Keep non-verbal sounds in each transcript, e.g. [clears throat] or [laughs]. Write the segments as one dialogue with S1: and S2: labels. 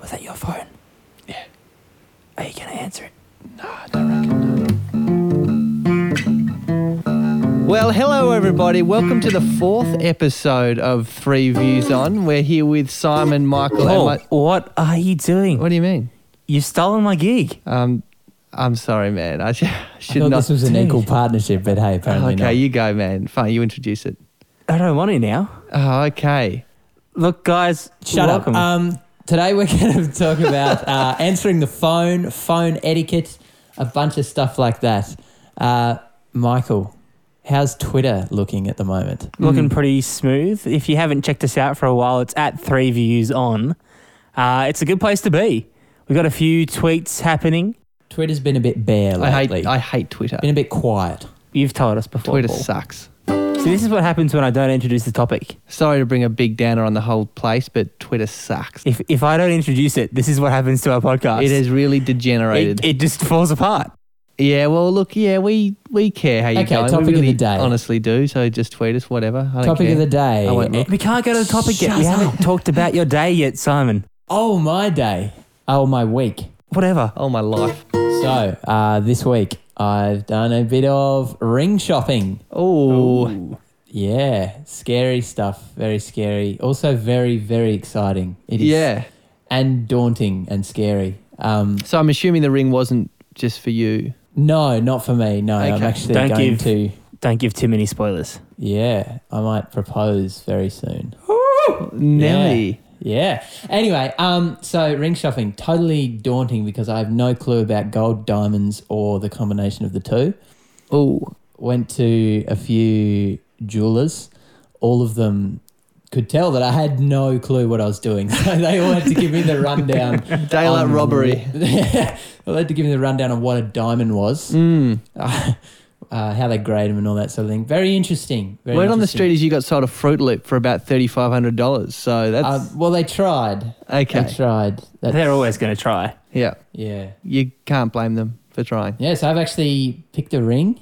S1: Was that your phone? Yeah. Are you gonna answer it?
S2: Well, hello everybody. Welcome to the fourth episode of Three Views On. We're here with Simon, Michael, and
S3: Oh.
S1: Paul,
S2: my,
S1: Oh. what are you doing?
S2: What do you mean?
S1: You've stolen my gig.
S2: Um, I'm sorry, man. I [laughs] sh- should
S3: I thought
S2: not.
S3: this was an
S1: Dude.
S3: equal partnership, but hey, apparently
S2: okay,
S3: not.
S2: you go, man. Fine, you introduce it.
S1: I don't want it now.
S2: Oh, okay.
S1: Look, guys,
S3: Shut
S1: welcome.
S3: up. Um, today we're [laughs] going to talk about uh, answering the phone, phone etiquette, a bunch of stuff like that. Uh, Michael, how's Twitter looking at the moment?
S1: Looking pretty smooth. If you haven't checked us out for a while, it's at three views on. Uh, it's a good place to be. We've got a few tweets happening.
S3: Twitter's been a bit bare
S2: I hate.
S3: lately.
S2: I hate Twitter.
S3: been a bit quiet.
S1: You've told us before.
S2: Twitter
S1: Paul.
S2: sucks.
S1: So this is what happens when I don't introduce the topic.
S2: Sorry to bring a big downer on the whole place, but Twitter sucks.
S1: If if I don't introduce it, this is what happens to our podcast.
S2: It has really
S1: It,
S2: degenerated.
S1: it just falls apart.
S2: yeah. Well, look. Yeah, we we care how you
S3: Okay,
S2: going. We
S3: topic of the
S2: really
S3: day.
S2: Honestly, do so. Just tweet us, whatever. I don't
S3: Topic
S2: care.
S3: of the day.
S2: I won't look.
S1: We can't go to the topic yet.
S3: Shut
S1: We
S3: up.
S1: haven't talked about your day yet, Simon.
S3: Oh, my day. Oh, my week.
S1: Whatever.
S2: Oh my life.
S3: So, uh, this week I've done a bit of ring shopping.
S2: Oh.
S3: Yeah, scary stuff. Very scary. Also, very very exciting. It is
S2: Yeah.
S3: and daunting and scary. Um,
S2: So I'm assuming the ring wasn't just for you.
S3: no, not for me. No, I'm
S2: Okay.
S3: actually
S1: Don't
S3: going
S1: give-
S3: to.
S1: Don't give too many spoilers.
S3: Yeah, I might propose very soon.
S2: Nelly.
S3: Yeah. Anyway, um, so ring shopping totally daunting because I have no clue about gold, diamonds, or the combination of the two. [laughs]
S2: Oh.
S3: went to a few jewelers. All of them could tell that I had no clue what I was doing. [laughs] So they all had to give me the rundown.
S2: [laughs] Daylight
S3: on-
S2: robbery.
S3: [laughs] they had to give me the rundown on what a diamond was,
S2: Mm.
S3: uh, [laughs] how they grade them, and all that sort of thing. Very interesting. Very
S2: Word on the
S3: interesting.
S2: street is you got sold a Fruit Loop for about thirty five hundred dollars. So that's
S3: Um, well, they tried.
S2: okay.
S3: They tried. That's,
S1: They're always going to try.
S2: yeah,
S3: yeah.
S2: you can't blame them for trying.
S3: Yeah. So I've actually picked a ring.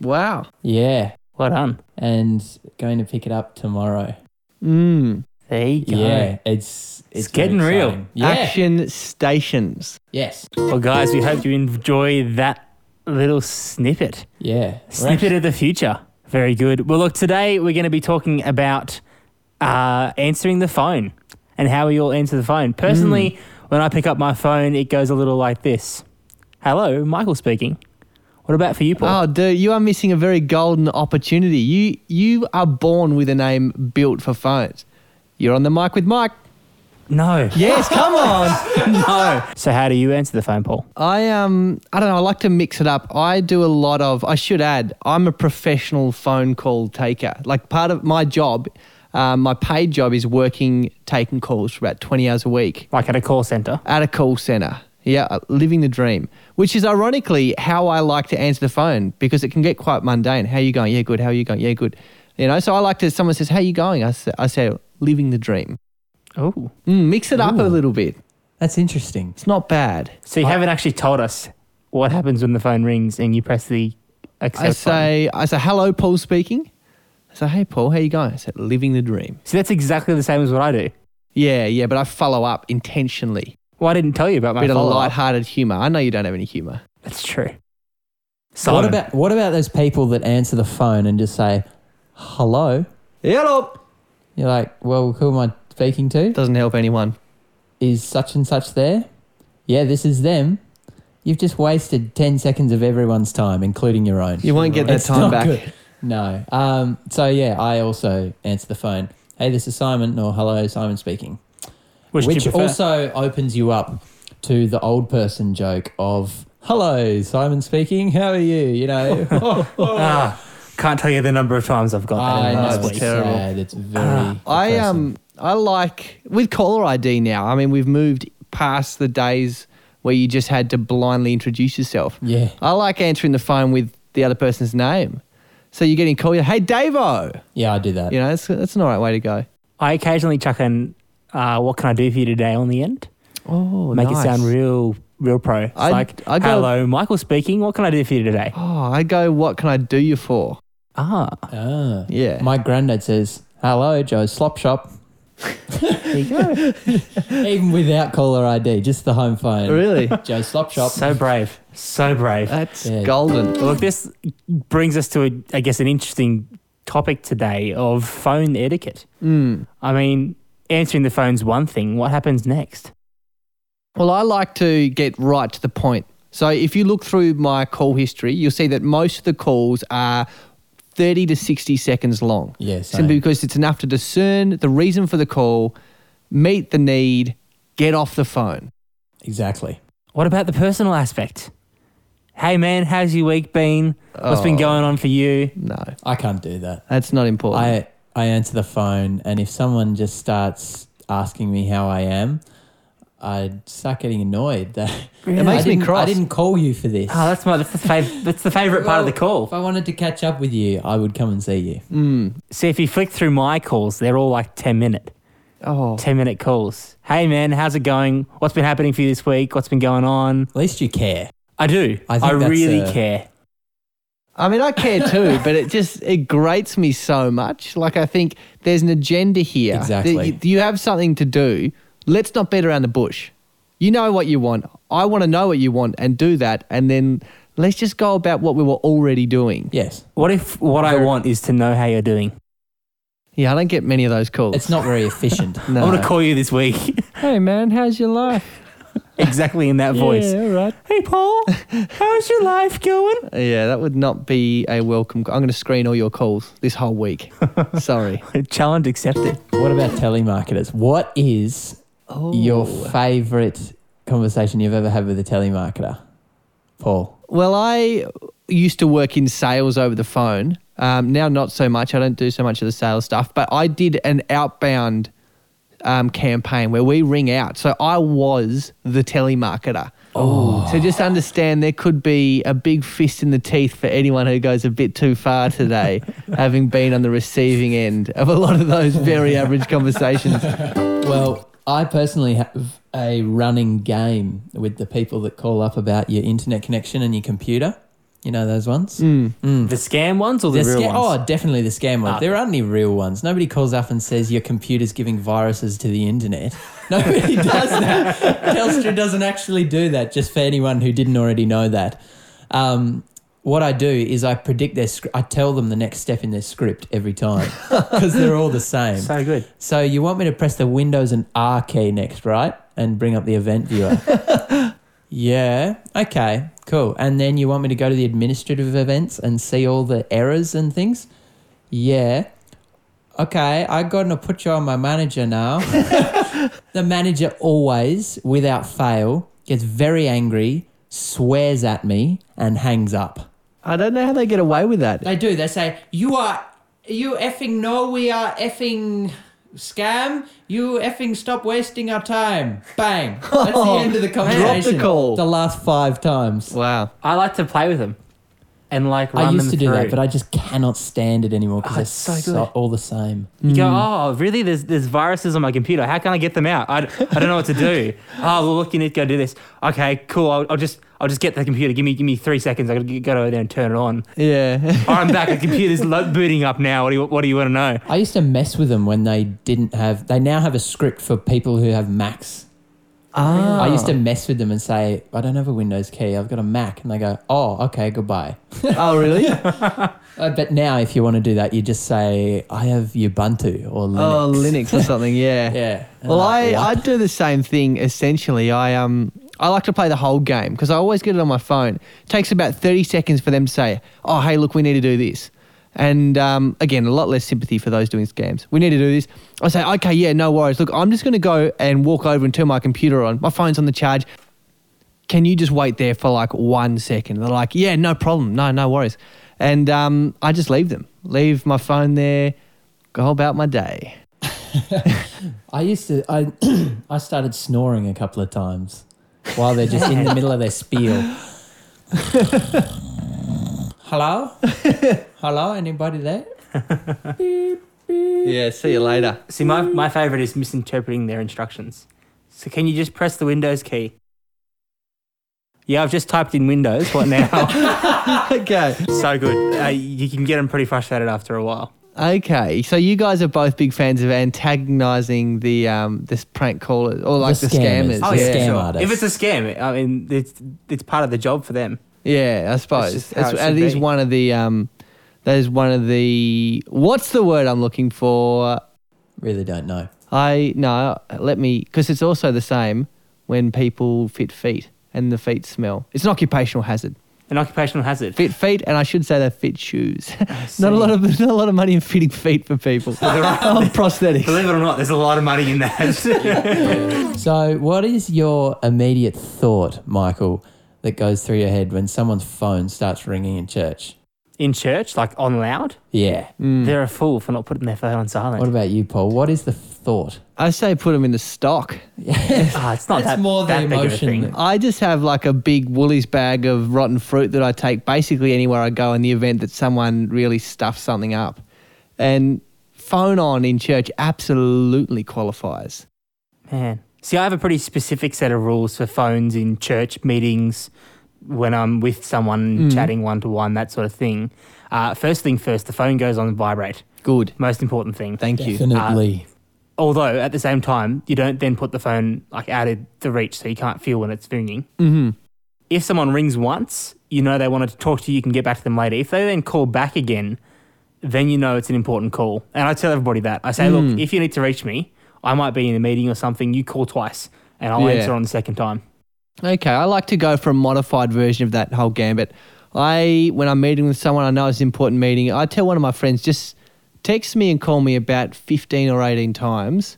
S2: Wow.
S3: Yeah.
S1: Well done.
S3: And going to pick it up tomorrow.
S2: Mm.
S1: There you go.
S3: Yeah. It's it's,
S1: It's
S3: very
S1: getting real.
S3: exciting. Yeah.
S2: Action stations.
S3: Yes.
S1: Well, guys, we hope you enjoy that little snippet.
S3: Yeah. We're
S1: Snippet of the future. Very good. Well, look, today we're going to be talking about uh, answering the phone and how we all answer the phone. Personally,
S3: Hmm.
S1: when I pick up my phone, it goes a little like this Hello, Michael speaking. What about for you, Paul?
S2: Oh, dude, you are missing a very golden opportunity. You you are born with a name built for phones. You're on the mic with Mike.
S1: no.
S2: Yes, come on.
S1: no. So, how do you answer the phone, Paul?
S2: I um I don't know. I like to mix it up. I do a lot of. I should add. I'm a professional phone call taker. Like part of my job, um, my paid job is working taking calls for about 20 hours a week
S1: Like at a call center?
S2: at a call center. Yeah, uh, living the dream. Which is ironically how I like to answer the phone because it can get quite mundane. How you going? Yeah, good. How you going? Yeah, good. You know. So I like to. Someone says, "How you going?" I say, I say "Living the dream."
S1: Oh.
S2: Mm, mix it up a little bit.
S3: That's interesting.
S2: It's not bad.
S1: So you haven't actually told us what happens when the phone rings and you press the accept
S2: I say, I say, hello, Paul speaking. I say, hey, Paul, how you going? I said, living the dream.
S1: button. So that's exactly the same as what I do.
S2: Yeah, yeah, but I follow up intentionally.
S1: Well, I didn't tell you about my
S2: bit of
S1: follow-up.
S2: light-hearted humour. I know you don't have any humour.
S1: That's true.
S3: What
S1: Simon,
S3: about what about those people that answer the phone and just say hello?
S2: Hello.
S3: You're like, well, who am I speaking to?
S2: Doesn't help anyone.
S3: Is such and such there? Yeah, this is them. You've just wasted ten seconds of everyone's time, including your own.
S2: You won't get that
S3: It's
S2: time
S3: not
S2: back.
S3: good. No. Um, so yeah, I also answer the phone. Hey, this is Simon, or hello, Simon speaking.
S1: which, do you
S3: which
S1: prefer?
S3: also opens you up to the old person joke of hello simon speaking how are you you
S2: [laughs] Oh,
S3: know
S1: Ah, can't tell you the number of times I've got that
S3: [laughs] i
S1: in the
S3: know
S1: last
S2: that's
S3: it's
S1: week.
S2: terrible.
S3: sad it's very
S2: I
S3: depressing.
S2: um I like with caller ID now. I mean, we've moved past the days where you just had to blindly introduce yourself.
S3: Yeah.
S2: I like answering the phone with the other person's name. So you're getting called, hey, Davo.
S3: yeah i do that
S2: You know, that's, that's an all right way to go.
S1: I occasionally chuck in, uh, what can I do for you today on the end?
S2: Oh,
S1: Make it sound real, real pro. It's
S2: I-
S1: like,
S2: I go-
S1: hello, Michael speaking. What can I do for you today?
S2: Oh, I go, what can I do you for?
S1: Ah,
S3: ah.
S2: Yeah.
S3: my granddad says hello joe's slop shop
S1: There you go.
S3: Even without caller ID, just the home phone.
S2: [laughs] Really?
S3: Joe Slop Shop.
S1: so brave. So brave.
S2: That's
S3: Yeah.
S2: golden.
S1: Well, Look, this brings us to, a, I guess, an interesting topic today of phone etiquette.
S2: Mm.
S1: I mean, answering the phone's one thing. What happens next?
S2: Well, I like to get right to the point. So if you look through my call history, you'll see that most of the calls are 30 to 60 seconds long.
S3: Yeah, same.
S2: Simply because it's enough to discern the reason for the call, meet the need, get off the phone.
S3: exactly.
S1: What about the personal aspect? Hey, man, how's your week been? What's been
S2: Oh.
S1: going on for you?
S2: No,
S3: I can't do that.
S2: that's not important.
S3: I I answer the phone, and if someone just starts asking me how I am, I start getting annoyed. That
S2: It makes
S3: I
S2: me
S3: didn't- I
S2: cross.
S3: didn't call you for this.
S1: Oh, that's my that's the fav- that's the favorite part of the
S3: Well, If
S1: call.
S3: I wanted to catch up with you, I would come and see you.
S1: See, if you flick through my calls, they're all like ten minute,
S2: oh,
S1: ten minute calls. Hey, man, how's it going? What's been happening for you this week? What's been going on?
S3: At least you care.
S1: I do.
S3: I
S1: I,
S3: think that's,
S1: really
S3: uh,
S1: care.
S2: I mean, I care too,
S3: [laughs]
S2: but it just it grates me so much. Like I think there's an agenda here. that
S3: Exactly.
S2: you- you have something to do. Let's not beat around the bush. You know what you want. I want to know what you want and do that, and then let's just go about what we were already doing.
S3: Yes.
S1: What if what I want is to know how you're doing?
S2: Yeah, I don't get many of those calls.
S3: It's not very efficient.
S2: [laughs] No.
S1: I want to call you this week. [laughs]
S2: hey man, how's your life?
S1: exactly in that voice.
S2: all right.
S1: Hey, Paul, how's your life going?
S2: [laughs] Yeah, that would not be a welcome. I'm going to screen all your calls this whole
S3: [laughs]
S2: week. Sorry.
S1: Challenge accepted.
S3: What about telemarketers? What is your favorite conversation you've ever had with a telemarketer? Paul.
S2: Well, I used to work in sales over the phone. Um, now, not so much. I don't do so much of the sales stuff, but I did an outbound um, campaign where we ring out. So I was the telemarketer. Oh. So just understand there could be a big fist in the teeth for anyone who goes a bit too far [laughs] today, having been on the receiving end of a lot of those very average conversations.
S3: Well, I personally have a running game with the people that call up about your internet connection and your computer. You know those ones?
S1: The scam ones or the,
S3: Hmm. The
S1: real
S3: sca-
S1: ones? Ah.
S3: Oh, definitely the scam ones. there aren't any real ones. Nobody calls up and says your computer's giving viruses to the
S1: [laughs]
S3: internet. Nobody does that. Telstra doesn't actually do that, just for anyone who didn't already know that. Um, what I do is I predict their script. I tell them the next step in their script every time because they're all the same.
S1: so good.
S3: So you want me to press the Windows and R key next, right? And bring up the event viewer. yeah. Okay. Cool. And then you want me to go to the administrative events and see all the errors and things? Yeah. Okay, I got to put you on my manager now. [laughs] the manager always, without fail, gets very angry, swears at me, and hangs up.
S2: I don't know how they get away with that.
S3: They do. They say, "You are, you effing no, we are effing scam. You effing stop wasting our time." Bang.
S1: [laughs]
S3: That's the
S1: Oh,
S3: end of the conversation.
S2: call.
S3: The last five times.
S2: Wow.
S1: I like to play with them and like run
S3: I used
S1: them
S3: to do
S1: through.
S3: that, but I just cannot stand it anymore because
S1: Oh,
S3: they're
S1: it's so
S3: so,
S1: good.
S3: all the same.
S1: You go, oh, really? There's there's viruses on my computer. How can I get them out? I, I don't know what to
S3: [laughs]
S1: do. oh, well, look, you need to go do this. Okay, cool. I'll, I'll just I'll just get the computer. Give me give me three seconds. I gotta go over there and turn it
S3: [laughs]
S1: on.
S2: Yeah.
S1: Oh, I'm back. The computer's lo- booting up now. What do you what do you want to know?
S3: I used to mess with them when they didn't have. They now have a script for people who have Macs.
S2: Ah.
S3: I
S1: Oh.
S3: used to mess with them and say, "I don't have a Windows key. I've got a Mac," and they go, "Oh, okay, goodbye."
S2: [laughs] Oh, really?
S3: Uh, but now, if you want to do that, you just say, I have Ubuntu or Linux.
S2: Oh, Linux or something. Yeah.
S3: Yeah. And
S2: Well, I,
S3: like,
S2: I
S3: what?
S2: do the same thing essentially. I um I like to play the whole game because I always get it on my phone. It takes about thirty seconds for them to say, "Oh, hey, look, we need to do this." And um, again, a lot less sympathy for those doing scams. We need to do this. I say, okay, yeah, no worries. Look, I'm just going to go and walk over and turn my computer on. My phone's on the charge can you just wait there for like one second? They're like, yeah, no problem. No, no worries. And um, I just leave them, leave my phone there, go about my day.
S3: I used to, I, [clears throat] I started snoring a couple of times while they're
S2: [laughs]
S3: just in the middle of their spiel. Hello? Hello? Anybody there?
S2: Yeah, see you later.
S1: See, my my favorite is misinterpreting their instructions. So can you just press the Windows key? Yeah, I've just typed in Windows. What now?
S2: [laughs] okay.
S1: so good. Uh, you can get them pretty frustrated after a while.
S2: Okay, so you guys are both big fans of antagonizing the um this prank callers or like the,
S3: The
S2: scammers.
S3: scammers.
S1: Oh,
S2: yeah.
S1: yeah,
S3: scam
S1: sure.
S3: artist.
S1: If it's a scam, I mean, it's, it's part of the job for them.
S2: Yeah, I suppose
S1: just how
S2: That's,
S1: it
S2: that
S1: should
S2: is
S1: be.
S2: one of the um that is one of the what's the word I'm looking for?
S3: Really don't know.
S2: I no, let me because it's also the same when people fit feet and the feet smell. It's an occupational hazard.
S1: An occupational hazard.
S2: Fit feet, and I should say they fit shoes. [laughs] not
S1: see.
S2: a lot of not a lot of money in fitting feet
S1: [laughs]
S2: for people. [laughs] Oh, prosthetics.
S1: Believe it or not, there's a lot of money in
S3: [laughs]
S1: that.
S3: So, what is your immediate thought, Michael, that goes through your head when someone's phone starts ringing in church?
S1: in church, like on loud,
S3: Yeah.
S2: Mm.
S1: they're a fool for not putting their phone on silent.
S3: Mm. What about you, Paul? What is the thought?
S2: I say put them in the stock.
S1: Ah, it's not
S3: It's
S1: that,
S3: more the
S1: that big of a
S3: emotion
S1: thing.
S3: that-
S2: I just have like a big Woolies bag of rotten fruit that I take basically anywhere I go in the event that someone really stuffs something up. And phone on in church absolutely qualifies.
S1: Man. See, I have a pretty specific set of rules for phones in church meetings when I'm with someone chatting one to one, that sort of thing. Uh, first thing first, the phone goes on vibrate.
S2: Good.
S1: Most important thing.
S2: Thank you.
S3: Definitely.
S1: Although at the same time, you don't then put the phone like out of the reach, so you can't feel when it's ringing. Mm-hmm. If someone rings once, you know they wanted to talk to you. You can get back to them later. If they then call back again, then you know it's an important call. And I tell everybody that I say, look,
S2: Mm.
S1: if you need to reach me, I might be in a meeting or something. You call twice, and I'll
S2: Yeah.
S1: answer on the second time.
S2: Okay, I like to go for a modified version of that whole gambit. I, when I'm meeting with someone, I know it's an important meeting. I tell one of my friends, just text me and call me about 15 or 18 times.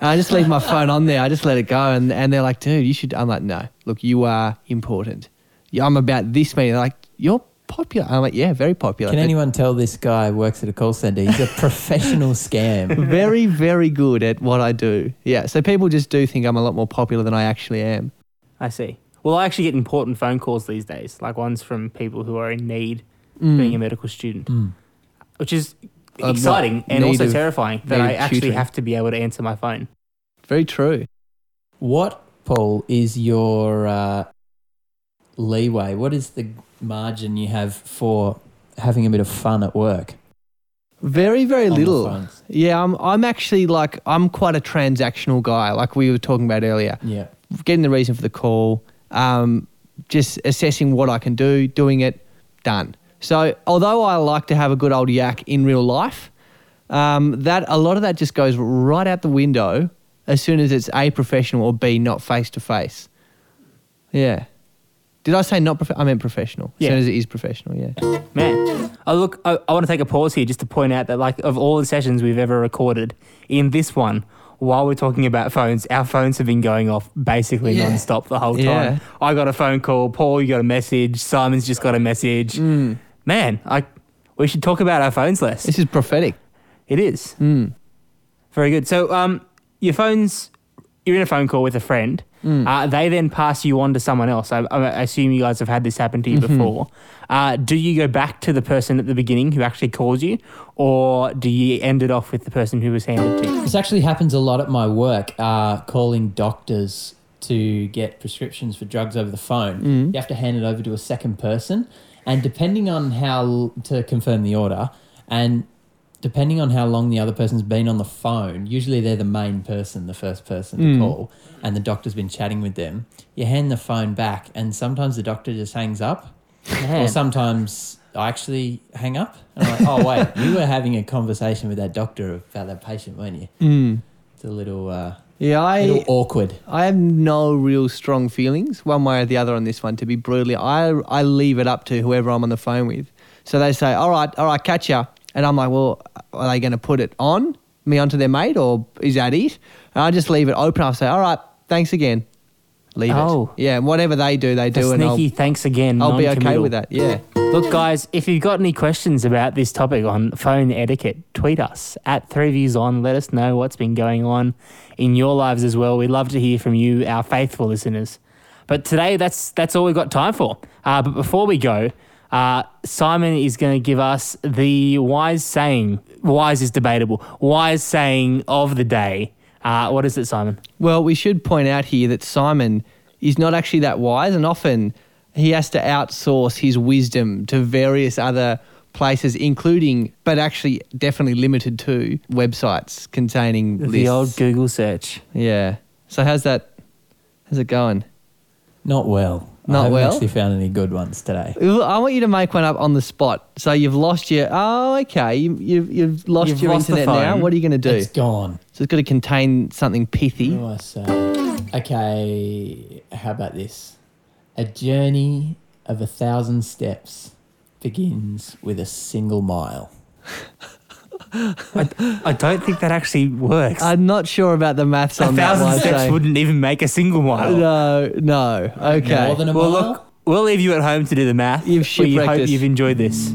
S2: And I just leave my phone on there. I just let it go. And, and they're like, dude, you should. I'm like, no, look, you are important. Yeah, I'm about this meeting. They're like, you're popular. I'm like, yeah, very popular.
S3: Can
S2: But
S3: anyone tell this guy works at a call center? He's a [laughs] professional scam.
S2: very, very good at what I do. Yeah. So people just do think I'm a lot more popular than I actually am.
S1: I see. Well, I actually get important phone calls these days, like ones from people who are in need,
S2: Mm.
S1: being a medical student,
S3: Hmm.
S1: which is
S2: Hmm. what?
S1: exciting and
S2: Need
S1: also
S2: of-
S1: terrifying that
S2: need
S1: I
S2: of
S1: actually
S2: tutoring.
S1: have to be able to answer my phone.
S2: Very true.
S3: What, Paul, is your uh, leeway? What is the margin you have for having a bit of fun at work?
S2: Very, very
S3: on the
S2: little.
S3: phones?
S2: Yeah, I'm, I'm actually like, I'm quite a transactional guy, like we were talking about earlier.
S3: Yeah.
S2: Getting the reason for the call, um, just assessing what I can do, doing it, done. So, although I like to have a good old yak in real life, um, that a lot of that just goes right out the window as soon as it's A, professional, or B, not face to face. Yeah. Did I say not prof- I meant professional. As
S1: Yeah.
S2: soon as it is professional, yeah.
S1: Man. Oh, look, I, I want to take a pause here just to point out that, like, of all the sessions we've ever recorded, in this one, while we're talking about phones, our phones have been going off basically
S2: Yeah.
S1: nonstop the whole time.
S2: Yeah.
S1: I got a phone call, Paul, you got a message, Simon's just got a message.
S2: Mm.
S1: Man, I, we should talk about our phones less.
S2: This is prophetic.
S1: It is. Very good. So, um, your phone's, you're in a phone call with a friend. Uh, they then pass you on to someone else. I, I assume you guys have had this happen to you before. Uh, do you go back to the person at the beginning who actually called you, or do you end it off with the person who was handed to you?
S3: This actually happens a lot at my work, uh, calling doctors to get prescriptions for drugs over the phone. You have to hand it over to a second person. And depending on how l- to confirm the order, and depending on how long the other person's been on the phone, usually they're the main person, the first person to call, and the doctor's been chatting with them. You hand the phone back, and sometimes the doctor just hangs up, or sometimes I actually hang up. And I'm like, oh, wait, you were having a conversation with that doctor about that patient, weren't you? It's a little, uh,
S2: Yeah, I.
S3: little awkward.
S2: I have no real strong feelings one way or the other on this one. To be brutally, I I leave it up to whoever I'm on the phone with. So they say, "All right, all right, catch ya," and I'm like, "Well, are they going to put it on me onto their mate, or is that it?" And I just leave it open. I say, "All right, thanks again." Leave
S1: Oh.
S2: it. Yeah, whatever they do, they
S1: The
S2: do, and I'll,
S1: sneaky thanks again.
S2: I'll be okay
S1: non-committal.
S2: with that. Yeah.
S1: Look, guys, if you've got any questions about this topic on phone etiquette, tweet us at Three Views On. Let us know what's been going on in your lives as well. We'd love to hear from you, our faithful listeners. But today, that's that's all we've got time for. Uh, but before we go, uh, Simon is going to give us the wise saying. Wise is debatable. Wise saying of the day. Uh, what is it, Simon?
S2: Well, we should point out here that Simon is not actually that wise, and often he has to outsource his wisdom to various other places, including, but actually definitely limited to, websites containing lists.
S1: The old Google search.
S2: yeah. So how's that? How's it going?
S3: Not well.
S2: Not
S3: I haven't
S2: well?
S3: actually found any good ones today.
S2: Well, I want you to make one up on the spot. So you've lost your. Oh, okay. You, you've you've lost
S1: You've
S2: your
S1: lost the
S2: internet now.
S1: phone.
S2: What are you going to do?
S3: It's gone.
S2: so it's got to contain something pithy.
S1: Oh.
S3: What do I say? Okay, how about this? A journey of a thousand steps begins with a single mile.
S1: I don't think that actually works.
S2: I'm not sure about the maths
S1: a
S2: on that
S1: thousand
S2: one.
S1: steps
S2: so-
S1: wouldn't even make a single
S3: [laughs]
S1: mile.
S2: No, no. Okay.
S3: More than a
S1: Well,
S3: mile?
S1: look, we'll leave you at home to do the math.
S2: You've
S1: we
S2: shipwrecked
S1: hope
S2: us.
S1: you've enjoyed this.